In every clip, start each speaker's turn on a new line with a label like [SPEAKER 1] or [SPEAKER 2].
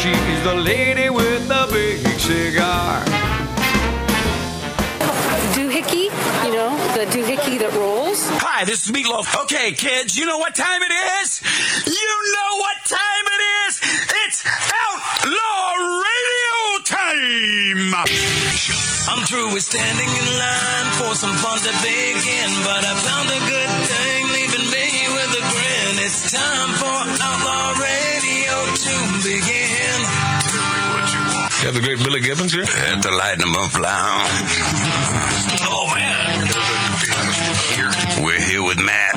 [SPEAKER 1] She's the lady with the big cigar.
[SPEAKER 2] doohickey, you know, the doohickey that rolls.
[SPEAKER 3] Hi, this is Meatloaf. Okay, kids, you know what time it is? You know what time it is? It's Outlaw Radio time! I'm through with standing in line for some fun to begin, but I found a good thing leaving me with a grin. It's time for Outlaw Radio to begin.
[SPEAKER 4] You have the great Billy Gibbons here?
[SPEAKER 3] At the Lightning of Lounge. Oh, man. We're here with Matt.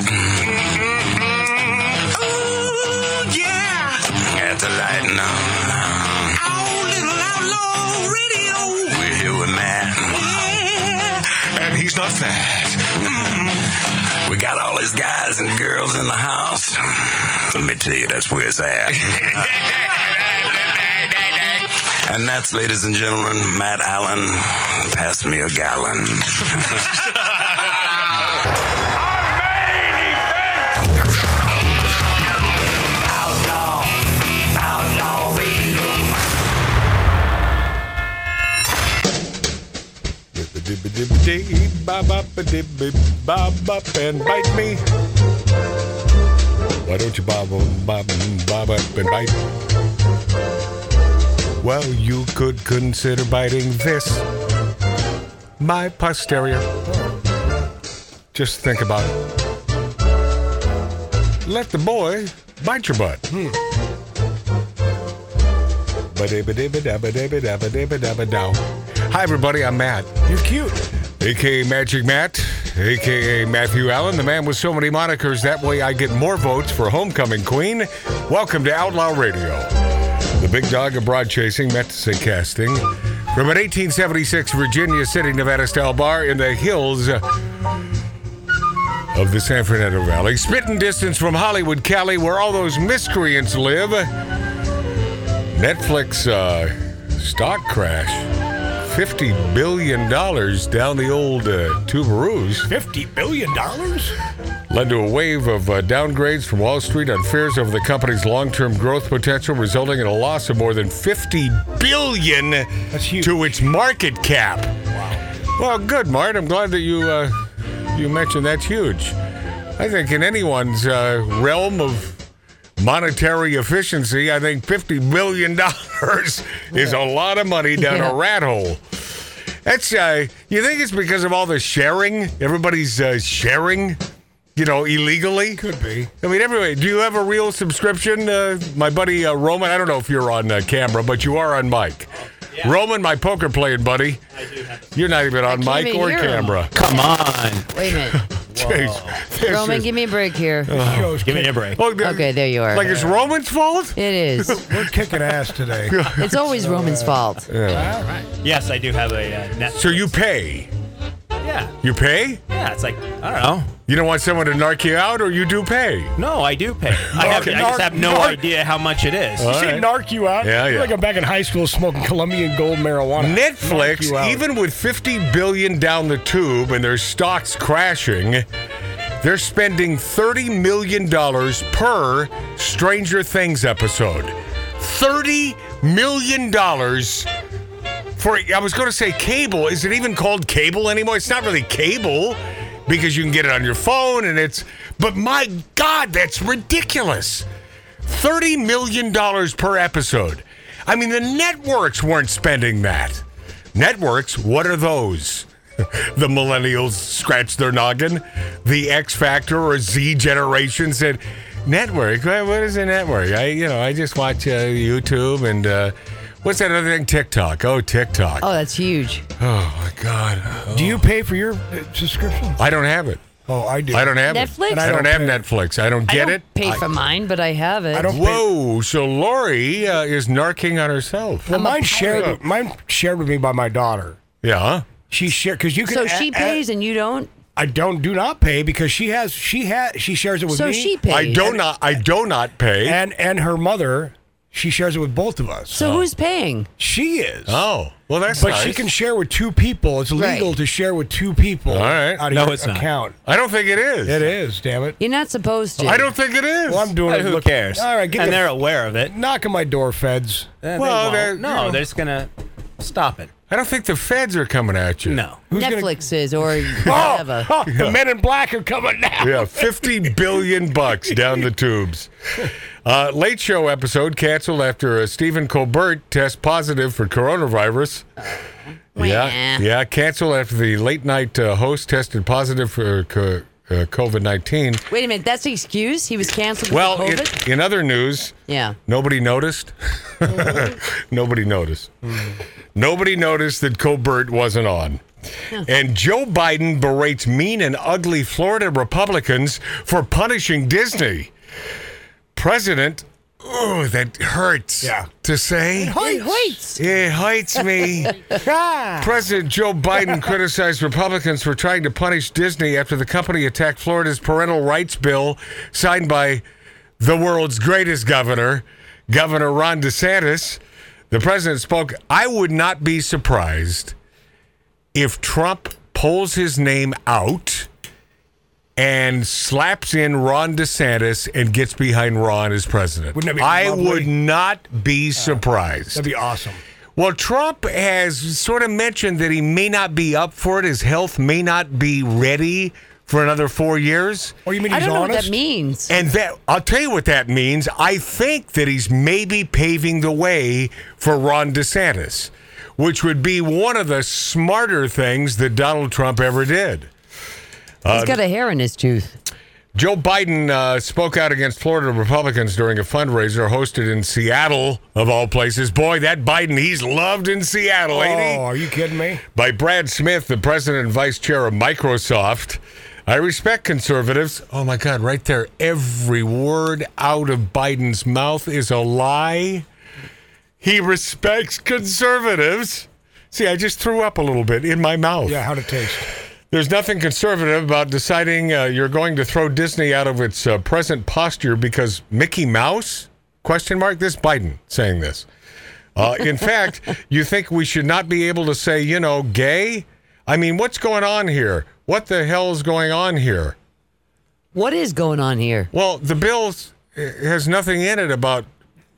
[SPEAKER 3] Oh, yeah. At the Lightning Lounge. Our little outlaw radio. We're here with Matt.
[SPEAKER 4] And he's not fat.
[SPEAKER 3] Mm. We got all these guys and girls in the house. Let me tell you, that's where it's at. and that's, ladies and gentlemen, Matt Allen. Pass me a gallon.
[SPEAKER 4] Bob and bite me. Why don't you bob, bob, bob up and bite? Well, you could consider biting this. My posterior. Just think about it. Let the boy bite your butt. Ba-da-ba-da-ba-da-ba-da-ba-da-ba-da-ba-dow. Hi, everybody. I'm Matt. You're cute. AKA Magic Matt, AKA Matthew Allen, the man with so many monikers. That way I get more votes for Homecoming Queen. Welcome to Outlaw Radio. The big dog abroad chasing, meant to say casting. From an 1876 Virginia City, Nevada style bar in the hills of the San Fernando Valley, spitting distance from Hollywood, Cali, where all those miscreants live. Netflix uh, stock crash. $50 billion down the old uh, tuberoos.
[SPEAKER 5] Fifty billion dollars?
[SPEAKER 4] led to a wave of uh, downgrades from Wall Street on fears over the company's long-term growth potential, resulting in a loss of more than 50 billion
[SPEAKER 5] huge.
[SPEAKER 4] to its market cap. Well, good, Mart. I'm glad that you uh, you mentioned that's huge. I think in anyone's uh, realm of monetary efficiency, I think 50 billion dollars is a lot of money down
[SPEAKER 2] Yeah.
[SPEAKER 4] a rat hole. That's uh, you think it's because of all the sharing? Everybody's uh, sharing, you know, illegally. Could be. I mean, everybody. Do you have a real subscription? Uh, my buddy uh, Roman. I don't know if you're on uh, camera, but you are on mic. Roman, my poker playing buddy. I do have you're not even on
[SPEAKER 6] can't
[SPEAKER 4] mic
[SPEAKER 6] even
[SPEAKER 4] or
[SPEAKER 6] hear him.
[SPEAKER 4] camera.
[SPEAKER 5] Come on.
[SPEAKER 6] Wait a minute.
[SPEAKER 4] Jeez, this
[SPEAKER 6] Roman,
[SPEAKER 4] is-
[SPEAKER 6] give me a break here.
[SPEAKER 5] Give me a break.
[SPEAKER 4] Oh, the-
[SPEAKER 6] Okay, there you are.
[SPEAKER 4] Like it's Roman's fault.
[SPEAKER 6] It is.
[SPEAKER 5] We're kicking ass today.
[SPEAKER 6] It's always Roman's fault.
[SPEAKER 7] Yes, I do have a uh, net.
[SPEAKER 4] So you pay.
[SPEAKER 7] Yeah,
[SPEAKER 4] You pay.
[SPEAKER 7] yeah. It's like I don't know.
[SPEAKER 4] You don't want someone to narc you out, or you do pay.
[SPEAKER 7] No, I do pay. I, have, I just have no
[SPEAKER 5] Narc-
[SPEAKER 7] idea how much it is.
[SPEAKER 4] All
[SPEAKER 5] Say
[SPEAKER 4] right.
[SPEAKER 5] narc you out.
[SPEAKER 4] Yeah,
[SPEAKER 5] You're
[SPEAKER 4] yeah.
[SPEAKER 5] Like I'm back in high school smoking Colombian gold marijuana. Knock you
[SPEAKER 4] Netflix,
[SPEAKER 5] out.
[SPEAKER 4] even with 50 billion down the tube and their stocks crashing, they're spending 30 million dollars per Stranger Things episode. 30 million dollars for I was going to say cable. Is it even called cable anymore? It's not really cable because you can get it on your phone and it's but my god, that's ridiculous. 30 million dollars per episode. I mean, the networks weren't spending that. Networks, what are those? the millennials scratch their noggin. The X Factor or Z generation said, "Network? What what is a network? I, you know, I just watch uh, YouTube and uh, what's that other thing? TikTok. Oh, TikTok.
[SPEAKER 6] Oh, that's huge.
[SPEAKER 4] Oh my God,
[SPEAKER 5] Do you pay for your uh, subscription?
[SPEAKER 4] I don't have it.
[SPEAKER 5] Oh, I do.
[SPEAKER 4] I don't have
[SPEAKER 6] Netflix?
[SPEAKER 4] It.
[SPEAKER 6] And
[SPEAKER 4] I
[SPEAKER 6] I
[SPEAKER 4] don't,
[SPEAKER 5] don't
[SPEAKER 4] have
[SPEAKER 5] pay.
[SPEAKER 4] Netflix. I don't get
[SPEAKER 6] I don't
[SPEAKER 4] it.
[SPEAKER 6] pay for mine, but I have it.
[SPEAKER 5] I don't-
[SPEAKER 4] Whoa! So Lori uh, is narking on herself.
[SPEAKER 5] Well, mine's shared. Mine shared with me by my daughter.
[SPEAKER 4] Yeah.
[SPEAKER 5] She shared because you can.
[SPEAKER 6] so
[SPEAKER 5] a-
[SPEAKER 6] she
[SPEAKER 5] a-
[SPEAKER 6] pays and you don't.
[SPEAKER 5] I don't. Do not pay because she has. She has. She shares it with
[SPEAKER 6] So
[SPEAKER 5] me.
[SPEAKER 6] she pays.
[SPEAKER 4] I do not. I do not pay.
[SPEAKER 5] and and her mother She shares it with both of us.
[SPEAKER 6] So who's paying?
[SPEAKER 5] she is.
[SPEAKER 4] Oh, well, that's
[SPEAKER 5] But
[SPEAKER 4] nice.
[SPEAKER 5] she can share with two people. It's legal
[SPEAKER 6] Right.
[SPEAKER 5] to share with two people
[SPEAKER 4] All right.
[SPEAKER 5] out of
[SPEAKER 7] No,
[SPEAKER 5] your
[SPEAKER 7] it's not.
[SPEAKER 5] account.
[SPEAKER 4] I don't think it is.
[SPEAKER 5] It is, damn it.
[SPEAKER 6] You're not supposed to.
[SPEAKER 4] I don't think it is.
[SPEAKER 5] Well, I'm doing
[SPEAKER 7] But
[SPEAKER 5] it.
[SPEAKER 7] who
[SPEAKER 5] look-
[SPEAKER 7] cares?
[SPEAKER 5] All right, get
[SPEAKER 7] and
[SPEAKER 5] the,
[SPEAKER 7] they're aware of it.
[SPEAKER 5] knock on my door, feds.
[SPEAKER 7] Eh, they
[SPEAKER 4] Well,
[SPEAKER 7] won't.
[SPEAKER 4] they're-
[SPEAKER 7] no,
[SPEAKER 4] you know.
[SPEAKER 7] they're just gonna stop it.
[SPEAKER 4] I don't think the feds are coming at you.
[SPEAKER 7] No.
[SPEAKER 5] Who's gonna-
[SPEAKER 6] Netflix is or
[SPEAKER 5] Oh,
[SPEAKER 6] whatever.
[SPEAKER 5] oh, the men in black are coming now.
[SPEAKER 4] Yeah, 50 billion bucks down the tubes. Uh, late show episode canceled after uh, Stephen Colbert test positive for coronavirus. Yeah, yeah, canceled after the late night uh, host tested positive for co- uh, COVID 19.
[SPEAKER 6] Wait a minute. That's the excuse. He was canceled.
[SPEAKER 4] Well,
[SPEAKER 6] with
[SPEAKER 4] in,
[SPEAKER 6] COVID?
[SPEAKER 4] in other news,
[SPEAKER 6] yeah.
[SPEAKER 4] Nobody noticed. Nobody noticed. Nobody noticed that Colbert wasn't on. And Joe Biden berates mean and ugly Florida Republicans for punishing Disney. President, oh, that hurts
[SPEAKER 5] Yeah.
[SPEAKER 4] to say.
[SPEAKER 6] It hurts.
[SPEAKER 4] It hurts me. President Joe Biden criticized Republicans for trying to punish Disney after the company attacked Florida's parental rights bill signed by the world's greatest governor, Governor Ron DeSantis. The president spoke, I would not be surprised if Trump pulls his name out and slaps in Ron DeSantis and gets behind Ron as president.
[SPEAKER 5] Wouldn't that be
[SPEAKER 4] I
[SPEAKER 5] lovely? Uh,
[SPEAKER 4] would not be surprised.
[SPEAKER 5] That'd be awesome.
[SPEAKER 4] Well, Trump has sort of mentioned that he may not be up for it. His health may not be ready for another four years.
[SPEAKER 5] Or you mean
[SPEAKER 6] I
[SPEAKER 5] he's
[SPEAKER 6] don't know what
[SPEAKER 5] honest?
[SPEAKER 6] that means.
[SPEAKER 4] And that I'll tell you what that means. I think that he's maybe paving the way for Ron DeSantis, which would be one of the smarter things that Donald Trump ever did.
[SPEAKER 5] Uh,
[SPEAKER 6] He's got a hair in his tooth.
[SPEAKER 4] Joe Biden uh, spoke out against Florida Republicans during a fundraiser hosted in Seattle, of all places. Boy, that Biden, he's loved in Seattle, ain't he?
[SPEAKER 5] Oh, are you kidding me?
[SPEAKER 4] by Brad Smith, the president and vice chair of Microsoft. I respect conservatives. Oh my God, right there. Every word out of Biden's mouth is a lie. He respects conservatives. See, I just threw up a little bit in my mouth.
[SPEAKER 5] Yeah, how'd it taste?
[SPEAKER 4] There's nothing conservative about deciding uh, you're going to throw Disney out of its uh, present posture because Mickey Mouse? Question mark. This Biden saying this. Uh, in fact, you think we should not be able to say, you know, gay? I mean, what's going on here? What the hell is going on here?
[SPEAKER 6] What is going on here?
[SPEAKER 4] Well, the bill has nothing in it about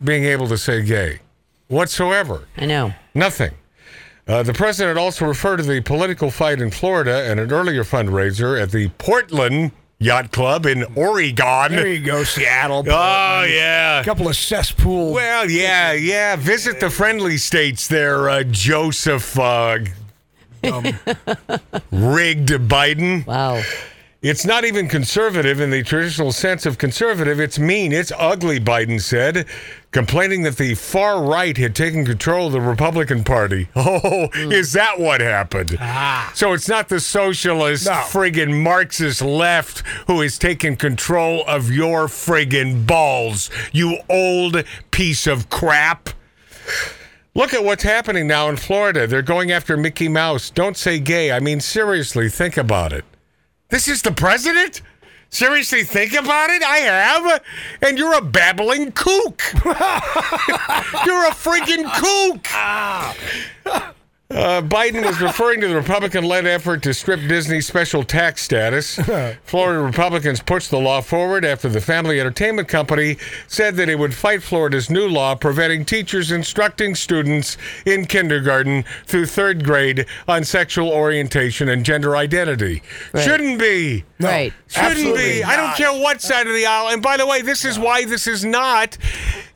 [SPEAKER 4] being able to say gay whatsoever.
[SPEAKER 6] I know.
[SPEAKER 4] Nothing. Uh, the president also referred to the political fight in Florida and an earlier fundraiser at the Portland Yacht Club in Oregon.
[SPEAKER 5] There you go, Seattle.
[SPEAKER 4] Oh, yeah.
[SPEAKER 5] A couple of cesspool.
[SPEAKER 4] Well, yeah, yeah. Visit the friendly states there, uh, Joseph uh, rigged Biden.
[SPEAKER 6] Wow.
[SPEAKER 4] It's not even conservative in the traditional sense of conservative. It's mean. It's ugly, Biden said, complaining that the far right had taken control of the Republican Party. Oh, is that what happened? So it's not the socialist,
[SPEAKER 5] No.
[SPEAKER 4] friggin' Marxist left who has taken control of your friggin' balls, you old piece of crap. Look at what's happening now in Florida. They're going after Mickey Mouse. Don't say gay. I mean, seriously, think about it. This is the president? Seriously, think about it? I have? And you're a babbling kook. you're a freaking kook. Uh, Biden was referring to the Republican led effort to strip Disney special tax status. Florida Republicans pushed the law forward after the family entertainment company said that it would fight Florida's new law preventing teachers instructing students in kindergarten through third grade on sexual orientation and gender identity.
[SPEAKER 6] Right.
[SPEAKER 4] Shouldn't be.
[SPEAKER 6] Right.
[SPEAKER 4] Shouldn't
[SPEAKER 5] Absolutely
[SPEAKER 4] be. I don't
[SPEAKER 5] not.
[SPEAKER 4] care what side of the aisle. And by the way, this is why this is not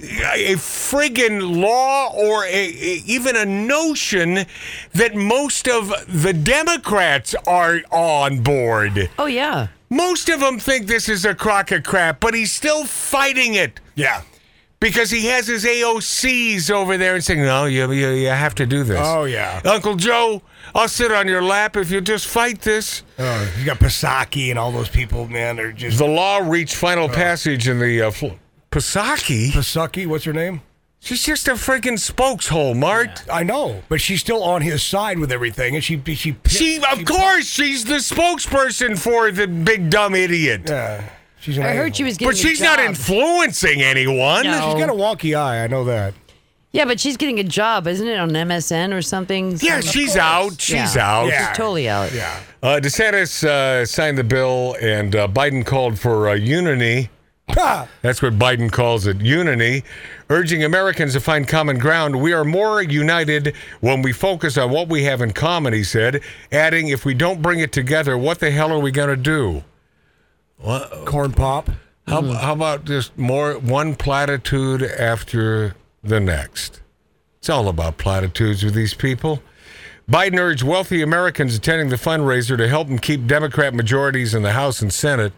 [SPEAKER 4] a friggin' law or a, a- even a notion that most of the Democrats are on board.
[SPEAKER 6] Oh yeah.
[SPEAKER 4] Most of them think this is a crock of crap, but he's still fighting it
[SPEAKER 5] yeah.
[SPEAKER 4] because he has his AOCs over there and saying, "No, you you, you have to do this."
[SPEAKER 5] Oh, yeah.
[SPEAKER 4] Uncle Joe, I'll sit on your lap if you just fight this.
[SPEAKER 5] Oh, you got Pasaki and all those people, man. They're just
[SPEAKER 4] The law reached final passage in the uh, Fl- Pisaki.
[SPEAKER 5] Pasaki. What's her name?
[SPEAKER 4] She's just a freaking spokeshole, Mart.
[SPEAKER 5] I know, but she's still on his side with everything, and she she
[SPEAKER 4] She, of course, she's the spokesperson for the big dumb idiot.
[SPEAKER 5] Yeah. She's an
[SPEAKER 6] I heard
[SPEAKER 5] a-hole.
[SPEAKER 6] she was Oh. getting.
[SPEAKER 4] But she's
[SPEAKER 6] a
[SPEAKER 4] not
[SPEAKER 6] job.
[SPEAKER 4] influencing anyone.
[SPEAKER 6] No.
[SPEAKER 5] She's got a wonky eye. I know that.
[SPEAKER 6] Yeah, but she's getting a job, isn't it, on MSN or something?
[SPEAKER 4] Yeah,
[SPEAKER 6] Some-
[SPEAKER 4] she's out. She's
[SPEAKER 6] Yeah.
[SPEAKER 4] out.
[SPEAKER 6] She's totally out. Yeah.
[SPEAKER 4] Uh, DeSantis uh, signed the bill, and uh, Biden called for uh, unity.
[SPEAKER 5] Ha!
[SPEAKER 4] That's what Biden calls it unity, urging Americans to find common ground. We are more united when we focus on what we have in common, he said, adding, if we don't bring it together, what the hell are we going to do?
[SPEAKER 5] Corn pop.
[SPEAKER 4] How, how about just more one platitude after the next? It's all about platitudes with these people. Biden urged wealthy Americans attending the fundraiser to help him keep Democrat majorities in the House and Senate.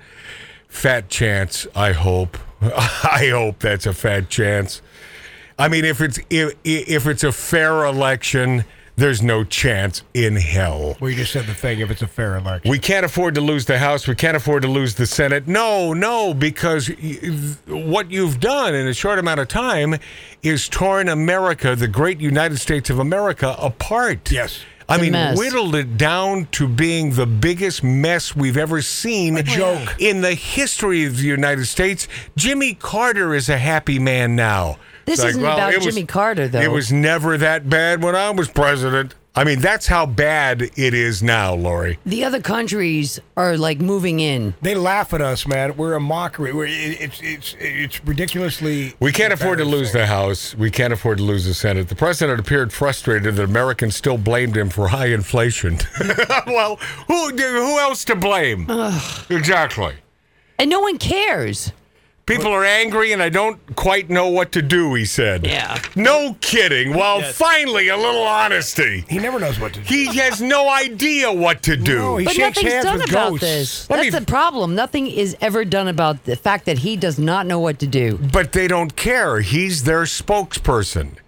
[SPEAKER 4] Fat chance, I hope. I hope that's a fat chance. I mean, if it's if, if it's a fair election, there's no chance in hell.
[SPEAKER 5] Well, you just said the thing. If it's a fair election,
[SPEAKER 4] We can't afford to lose the House. We can't afford to lose the Senate. No, no, because y- what you've done in a short amount of time is torn America, the great United States of America, apart.
[SPEAKER 5] Yes.
[SPEAKER 4] I
[SPEAKER 6] It's a
[SPEAKER 4] mean,
[SPEAKER 6] mess.
[SPEAKER 4] whittled it down to being the biggest mess we've ever seen. A
[SPEAKER 5] joke.
[SPEAKER 4] In the history of the United States, Jimmy Carter is a happy man now.
[SPEAKER 6] This
[SPEAKER 4] It's
[SPEAKER 6] isn't about
[SPEAKER 4] it
[SPEAKER 6] Jimmy Carter, though.
[SPEAKER 4] It was never that bad when I was president. I mean, that's how bad it is now, Lori.
[SPEAKER 6] The other countries are like moving in.
[SPEAKER 5] they laugh at us, man. We're a mockery. We're, it, it's it's it's ridiculously.
[SPEAKER 4] We can't afford to lose
[SPEAKER 5] embarrassing.
[SPEAKER 4] the House. We can't afford to lose the Senate. The president appeared frustrated that Americans still blamed him for high inflation. well, who who else to blame? Exactly.
[SPEAKER 6] And no one cares.
[SPEAKER 4] People are angry and I don't quite know what to do, he said.
[SPEAKER 6] Yeah.
[SPEAKER 4] No kidding. Well, finally a little honesty.
[SPEAKER 5] He never knows what to do.
[SPEAKER 4] He has no idea what to do.
[SPEAKER 5] No, he
[SPEAKER 6] But
[SPEAKER 5] shakes
[SPEAKER 6] nothing's
[SPEAKER 5] hands
[SPEAKER 6] done
[SPEAKER 5] with
[SPEAKER 6] about
[SPEAKER 5] ghosts.
[SPEAKER 6] this.
[SPEAKER 4] Let
[SPEAKER 6] That's
[SPEAKER 4] me-
[SPEAKER 6] the problem. Nothing is ever done about the fact that he does not know what to do.
[SPEAKER 4] But they don't care. He's their spokesperson.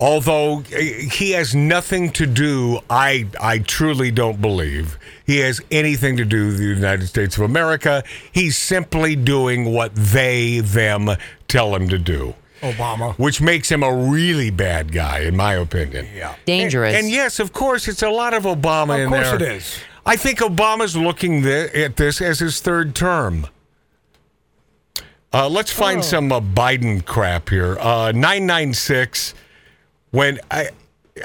[SPEAKER 4] Although eh, he has nothing to do, I I truly don't believe he has anything to do with the United States of America. He's simply doing what they them tell him to do,
[SPEAKER 5] Obama.
[SPEAKER 4] which makes him a really bad guy, in my opinion. Yeah.
[SPEAKER 6] Dangerous.
[SPEAKER 4] And, yes, of course, it's a lot of Obama
[SPEAKER 5] Of
[SPEAKER 4] in there.
[SPEAKER 5] course it is.
[SPEAKER 4] I think Obama's looking th- at this as his third term. Uh, let's
[SPEAKER 5] Oh.
[SPEAKER 4] find some uh, Biden crap here. Uh, 996, when I.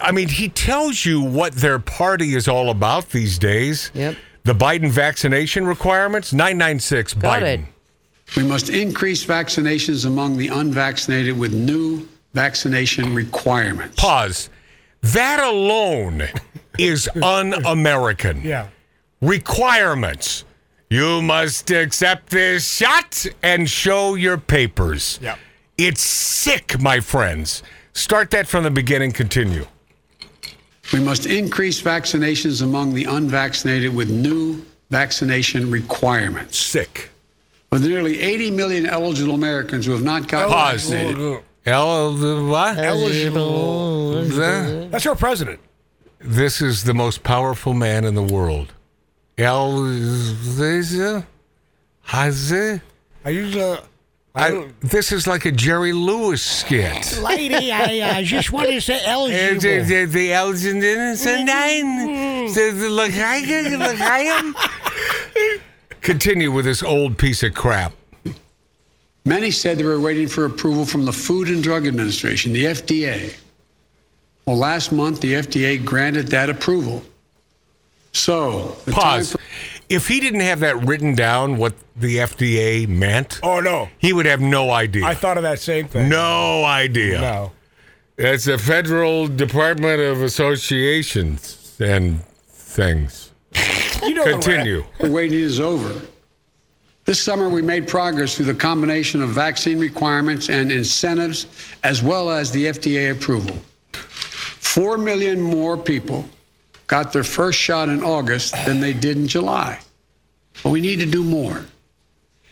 [SPEAKER 4] I mean, he tells you what their party is all about these days.
[SPEAKER 6] Yep.
[SPEAKER 4] The Biden vaccination requirements, 996
[SPEAKER 6] Got
[SPEAKER 4] Biden.
[SPEAKER 6] it.
[SPEAKER 8] We must increase vaccinations among the unvaccinated with new vaccination requirements.
[SPEAKER 4] Pause. That alone is un American.
[SPEAKER 5] Yeah.
[SPEAKER 4] requirements. You must accept this shot and show your papers.
[SPEAKER 5] Yep.
[SPEAKER 4] It's sick, my friends. Start that from the beginning, continue.
[SPEAKER 8] We must increase vaccinations among the unvaccinated with new vaccination requirements.
[SPEAKER 4] Sick.
[SPEAKER 8] With nearly 80 million eligible Americans who have not
[SPEAKER 5] Oh,
[SPEAKER 8] gotten
[SPEAKER 4] Pause.
[SPEAKER 8] vaccinated,
[SPEAKER 4] El- the what? The-
[SPEAKER 5] That's our president.
[SPEAKER 4] This is the most powerful man in the world. El- Hazi?
[SPEAKER 5] I use uh, a.
[SPEAKER 4] I, this is like a Jerry Lewis skit.
[SPEAKER 5] Lady, I uh, just want to say
[SPEAKER 4] Uh, the, the, the Elgin Innocent
[SPEAKER 5] Mm-hmm.
[SPEAKER 4] Nine. The, the Lachaia- Lachaia. Continue with this old piece of crap.
[SPEAKER 8] many said they were waiting for approval from the Food and Drug Administration, the FDA. Well, last month, the FDA granted that approval. So, the time
[SPEAKER 4] Pause. If he didn't have that written down, what the FDA meant,
[SPEAKER 5] Oh no,
[SPEAKER 4] he would have no idea.
[SPEAKER 5] I thought of that same thing.
[SPEAKER 4] no idea.
[SPEAKER 5] No.
[SPEAKER 4] It's the Federal Department of Associations and things.
[SPEAKER 5] You know the
[SPEAKER 4] Continue.
[SPEAKER 8] The waiting is over. This summer, we made progress through the combination of vaccine requirements and incentives, as well as the FDA approval. Four million more people got their first shot in August than they did in July. But we need to do more.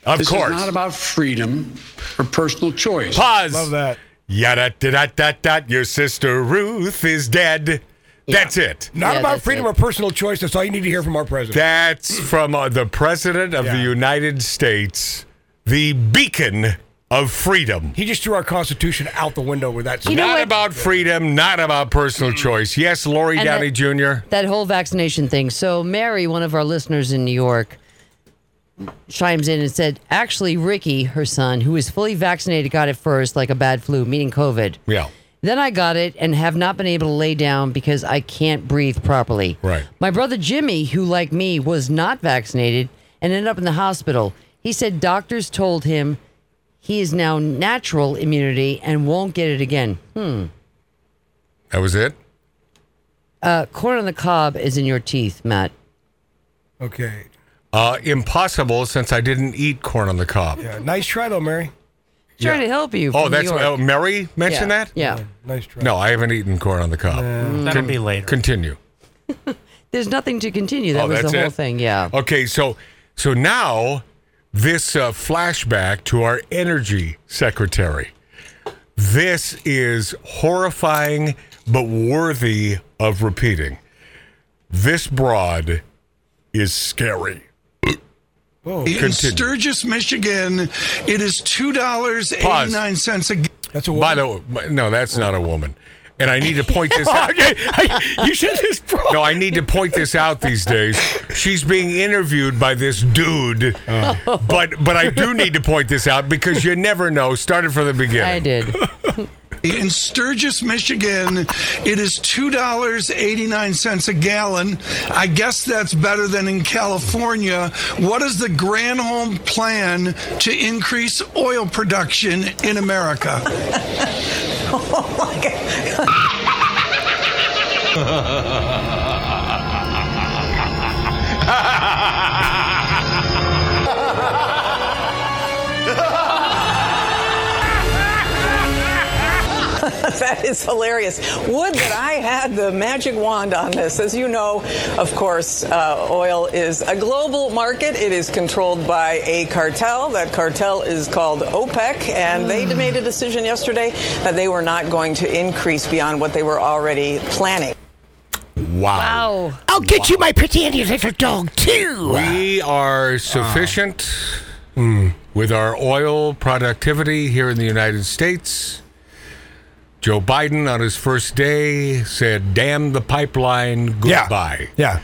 [SPEAKER 4] Of
[SPEAKER 8] This
[SPEAKER 4] course.
[SPEAKER 8] is not about freedom or personal choice.
[SPEAKER 4] Pause.
[SPEAKER 5] Love that.
[SPEAKER 4] Yada da da da da. Your sister Ruth is dead. That's it.
[SPEAKER 5] Not
[SPEAKER 6] Yeah,
[SPEAKER 5] about
[SPEAKER 6] that's
[SPEAKER 5] freedom
[SPEAKER 6] it.
[SPEAKER 5] or personal choice. That's all you need to hear from our president.
[SPEAKER 4] That's from uh, the President of the
[SPEAKER 5] Yeah.
[SPEAKER 4] United States, the beacon of freedom.
[SPEAKER 5] he just threw our Constitution out the window with that.
[SPEAKER 6] You know
[SPEAKER 4] not
[SPEAKER 6] what? Mm.
[SPEAKER 4] about freedom, not about personal choice. Yes, Lori
[SPEAKER 6] And
[SPEAKER 4] Downey
[SPEAKER 6] that-
[SPEAKER 4] Jr.
[SPEAKER 6] That whole vaccination thing. So Mary, one of our listeners in New York, chimes in and said, actually, Ricky, her son, who was fully vaccinated, got it first, like a bad flu, meaning COVID.
[SPEAKER 4] Yeah.
[SPEAKER 6] Then I got it and have not been able to lay down because I can't breathe properly.
[SPEAKER 4] Right.
[SPEAKER 6] My brother Jimmy, who like me was not vaccinated and ended up in the hospital, he said doctors told him he is now natural immunity and won't get it again.
[SPEAKER 4] That was it?
[SPEAKER 6] Uh, corn on the cob is in your teeth, Matt.
[SPEAKER 5] Okay.
[SPEAKER 4] Uh, impossible since I didn't eat corn on the cob.
[SPEAKER 5] Yeah. Nice try, though, Mary.
[SPEAKER 6] Trying to help you.
[SPEAKER 4] Oh,
[SPEAKER 6] from
[SPEAKER 4] that's
[SPEAKER 6] New York.
[SPEAKER 4] oh, Mary mentioned
[SPEAKER 6] yeah.
[SPEAKER 4] that?
[SPEAKER 6] Yeah.
[SPEAKER 5] Nice try.
[SPEAKER 4] No, I haven't eaten corn on the cob.
[SPEAKER 7] That'll be later.
[SPEAKER 4] Continue.
[SPEAKER 6] There's nothing to continue. That
[SPEAKER 4] Oh,
[SPEAKER 6] was
[SPEAKER 4] that's
[SPEAKER 6] the whole
[SPEAKER 4] it?
[SPEAKER 6] thing. Yeah.
[SPEAKER 4] Okay, so so now this uh, flashback to our energy secretary. This is horrifying but worthy of repeating. This broad is scary.
[SPEAKER 9] In
[SPEAKER 4] Continue.
[SPEAKER 9] Sturgis, Michigan, it is two dollars eighty nine cents a.
[SPEAKER 5] That's a
[SPEAKER 4] By
[SPEAKER 5] woman.
[SPEAKER 4] the way, no, that's not a woman. And I need to point this out.
[SPEAKER 5] you said this, bro.
[SPEAKER 4] No, I need to point this out these days. She's being interviewed by this dude. But but I do need to point this out because you never know. Started from the beginning.
[SPEAKER 6] I did.
[SPEAKER 9] In Sturgis, Michigan, it is two dollars eighty nine cents a gallon. I guess that's better than in California. What is the Granholm plan to increase oil production in America?
[SPEAKER 10] That is hilarious. Would that I had the magic wand on this. As you know, of course, uh, oil is a global market. It is controlled by a cartel. That cartel is called OPEC, and they made a decision yesterday that they were not going to increase beyond what they were already planning.
[SPEAKER 4] Wow.
[SPEAKER 6] Oh,
[SPEAKER 11] I'll get you my pretty Indian little dog too.
[SPEAKER 4] We are sufficient hmm, with our oil productivity here in the United States. Joe Biden on his first day said, damn the pipeline,
[SPEAKER 5] Yeah.
[SPEAKER 4] goodbye.
[SPEAKER 5] Yeah.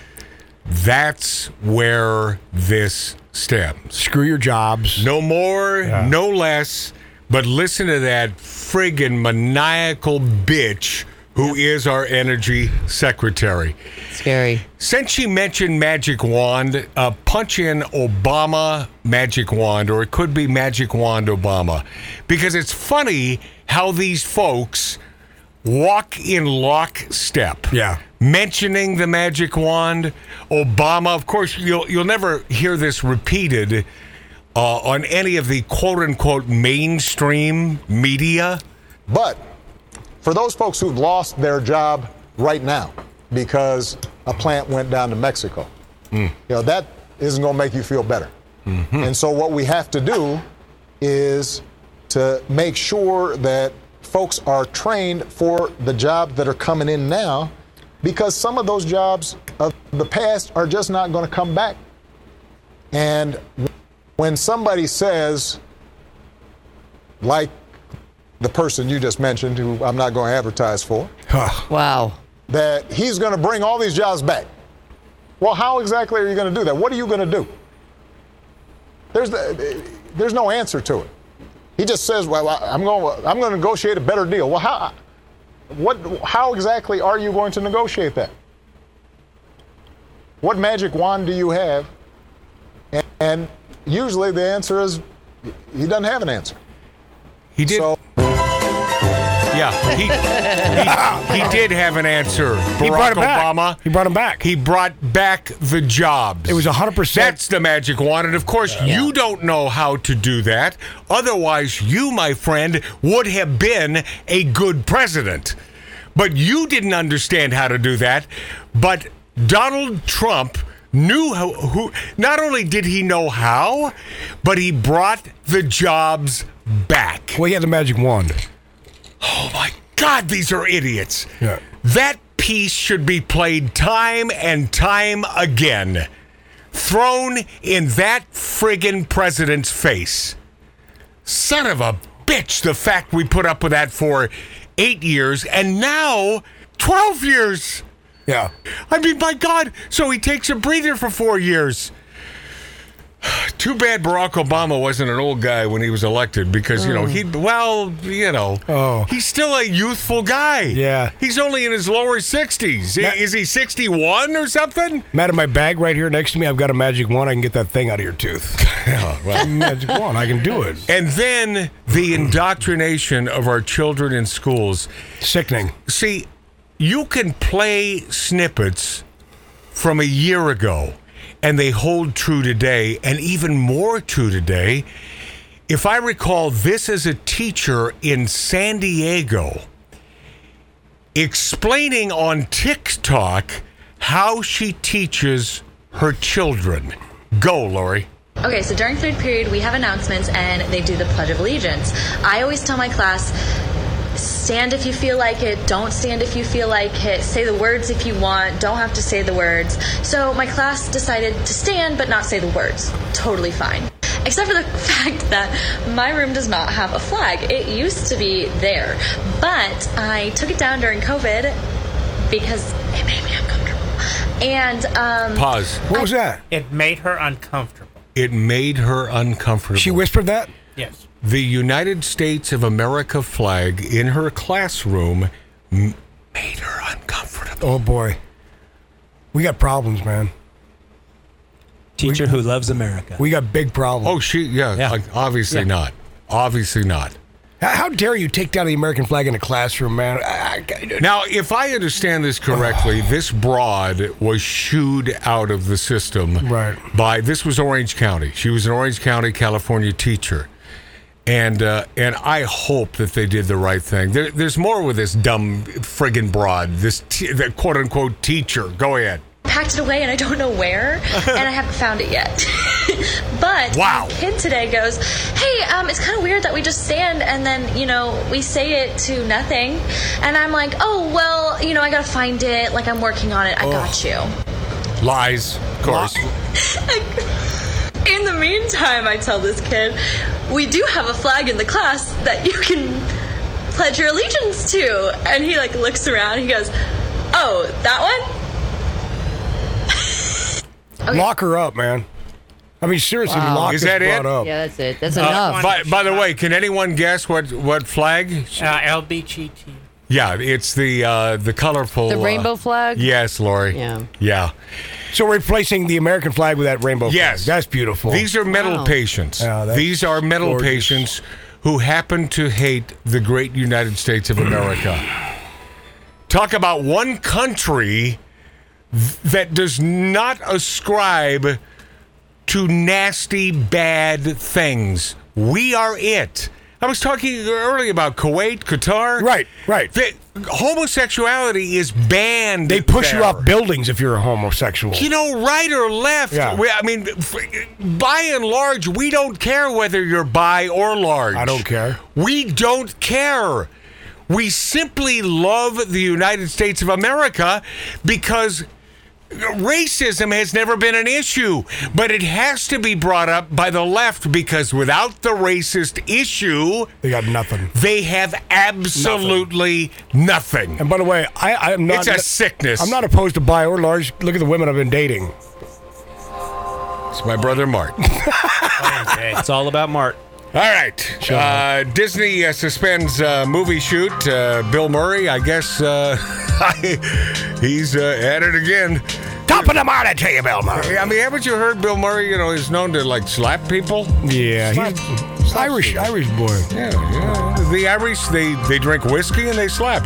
[SPEAKER 4] That's where this stems.
[SPEAKER 5] Screw your jobs.
[SPEAKER 4] No more, no less. But listen to that friggin' maniacal bitch who is our energy secretary.
[SPEAKER 6] scary.
[SPEAKER 4] Since she mentioned magic wand, uh, punch in Obama magic wand, or it could be magic wand Obama, because it's funny how these folks walk in lockstep.
[SPEAKER 5] Yeah.
[SPEAKER 4] Mentioning the magic wand, Obama. Of course, you'll you'll never hear this repeated uh, on any of the quote unquote mainstream media.
[SPEAKER 11] But for those folks who've lost their job right now because a plant went down to Mexico, you know that isn't going to make you feel better. And so what we have to do is to make sure that folks are trained for the jobs that are coming in now because some of those jobs of the past are just not going to come back. And when somebody says like the person you just mentioned, who I'm not going to advertise for,
[SPEAKER 6] Wow.
[SPEAKER 11] that he's going to bring all these jobs back. Well, how exactly are you going to do that? What are you going to do? There's, the, there's no answer to it. He just says, "Well, I- I'm going, I'm going to negotiate a better deal." Well, how, what, how exactly are you going to negotiate that? What magic wand do you have? And, and usually the answer is, he doesn't have an answer.
[SPEAKER 4] He did.
[SPEAKER 11] So.
[SPEAKER 4] Yeah, he, he, he did have an answer. Barack
[SPEAKER 5] He brought it back.
[SPEAKER 4] Obama.
[SPEAKER 5] He brought him back.
[SPEAKER 4] He brought back the jobs.
[SPEAKER 5] It was 100%.
[SPEAKER 4] That's the magic wand. And of course, you don't know how to do that. Otherwise, you, my friend, would have been a good president. But you didn't understand how to do that. But Donald Trump knew how, who, not only did he know how, but he brought the jobs back.
[SPEAKER 5] Well, he had the magic wand.
[SPEAKER 4] Oh my God, these are idiots.
[SPEAKER 5] Yeah.
[SPEAKER 4] That piece should be played time and time again, thrown in that friggin' president's face. Son of a bitch, the fact we put up with that for eight years and now 12 years.
[SPEAKER 5] Yeah.
[SPEAKER 4] I mean, my God, so he takes a breather for four years. Too bad Barack Obama wasn't an old guy when he was elected because, you know,
[SPEAKER 5] Mm.
[SPEAKER 4] he, well, you know, he's still a youthful guy. Yeah. He's only in his lower 60s. I- Is he 61 or something?
[SPEAKER 5] Matt, in my bag right here next to me, I've got a magic wand. I can get that thing out of your tooth.
[SPEAKER 4] yeah,
[SPEAKER 5] magic wand. I can do it.
[SPEAKER 4] And then the indoctrination of our children in schools.
[SPEAKER 5] Sickening.
[SPEAKER 4] See, you can play snippets from a year ago and they hold true today and even more true today. If I recall, this is a teacher in San Diego explaining on TikTok how she teaches her children. Go, Lori.
[SPEAKER 12] Okay, so during third period, we have announcements and they do the Pledge of Allegiance. I always tell my class, stand if you feel like it, don't stand if you feel like it, say the words if you want, don't have to say the words. So my class decided to stand but not say the words. Totally fine. Except for the fact that my room does not have a flag. It used to be there, but I took it down during COVID because it made me uncomfortable. And, um,
[SPEAKER 4] Pause. What was that?
[SPEAKER 7] It made her uncomfortable.
[SPEAKER 4] It made her uncomfortable. She
[SPEAKER 5] whispered that?
[SPEAKER 7] Yes.
[SPEAKER 4] The United States of America flag in her classroom m- made her uncomfortable.
[SPEAKER 5] Oh, boy. We got problems, man.
[SPEAKER 7] Teacher who loves America.
[SPEAKER 5] We got big problems.
[SPEAKER 4] Oh, she, yeah, like, obviously
[SPEAKER 5] Yeah.
[SPEAKER 4] not. Obviously not. Oh.
[SPEAKER 5] How, how dare you take down the American flag in a classroom, man? I, I,
[SPEAKER 4] Now, if I understand this correctly, this broad was shooed out of the system. Right. By this was Orange County. She was an Orange County, California teacher, and uh, and I hope that they did the right thing. There, there's more with this dumb friggin' broad, this t- the quote unquote teacher. Go ahead.
[SPEAKER 12] packed it away and I don't know where, and I haven't found it yet. but
[SPEAKER 4] Wow.
[SPEAKER 12] my kid today goes, "Hey, um, it's kind of weird that we just stand and then you know we say it to nothing," and I'm like, "Oh well, you know I gotta find it. Like I'm working on it. I got you."
[SPEAKER 4] Lies, of course.
[SPEAKER 12] In the meantime, I tell this kid, "We do have a flag in the class that you can pledge your allegiance to," and he like looks around. He goes, "Oh, that one."
[SPEAKER 5] Lock her up, man. I mean, seriously,
[SPEAKER 6] Wow.
[SPEAKER 5] lock
[SPEAKER 4] Is
[SPEAKER 5] this
[SPEAKER 4] that it?
[SPEAKER 5] broad up.
[SPEAKER 6] Yeah, that's it. That's
[SPEAKER 4] Uh,
[SPEAKER 6] enough.
[SPEAKER 4] by, by the way, can anyone guess what what flag?
[SPEAKER 7] Uh, LBGT.
[SPEAKER 4] Yeah, it's the uh, the colorful
[SPEAKER 6] The
[SPEAKER 4] uh,
[SPEAKER 6] rainbow flag?
[SPEAKER 4] Yes, Lori.
[SPEAKER 6] Yeah.
[SPEAKER 4] Yeah.
[SPEAKER 5] So we're replacing the American flag with that rainbow
[SPEAKER 4] Yes.
[SPEAKER 5] flag. That's beautiful.
[SPEAKER 4] These are mental patients.
[SPEAKER 5] Yeah, that's
[SPEAKER 4] These are mental
[SPEAKER 5] gorgeous.
[SPEAKER 4] patients who happen to hate the great United States of America. Talk about one country th- that does not ascribe to nasty, bad things. We are it. I was talking earlier about Kuwait, Qatar. Right, right. homosexuality is banned.
[SPEAKER 5] They push you
[SPEAKER 4] there.
[SPEAKER 5] off buildings if you're a homosexual.
[SPEAKER 4] You know, right or left.
[SPEAKER 5] Yeah.
[SPEAKER 4] We, I mean, f- by and large, we don't care whether you're bi or large. I don't care. We don't care. We simply love the United States of America because racism has never been an issue, but it has to be brought up by the left because without the racist issue,
[SPEAKER 5] they got nothing.
[SPEAKER 4] They have absolutely nothing.
[SPEAKER 5] And by the way, I, I'm not.
[SPEAKER 4] It's a sickness.
[SPEAKER 5] I'm not opposed to bi or large. Look at the women I've been dating.
[SPEAKER 4] It's my brother Mark.
[SPEAKER 7] it's all about Mart.
[SPEAKER 4] All right. Uh, Disney uh, suspends uh, movie shoot. Uh, Bill Murray, I guess uh, he's uh, at it again.
[SPEAKER 5] Top of the morning to you, Bill Murray.
[SPEAKER 4] I mean, haven't you heard Bill Murray? You know, is known to like slap people.
[SPEAKER 5] Yeah,
[SPEAKER 4] Slap-
[SPEAKER 5] he's Irish, Irish boy.
[SPEAKER 4] Yeah, yeah. The Irish, they they drink whiskey and they slap.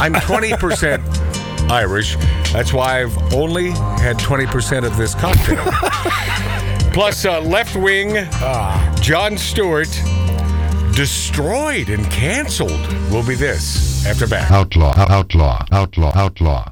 [SPEAKER 4] I'm 20 percent Irish. That's why I've only had 20 percent of this cocktail. Plus, uh, left wing John Stewart destroyed and canceled. Will be this after back.
[SPEAKER 13] Outlaw, outlaw, outlaw, outlaw.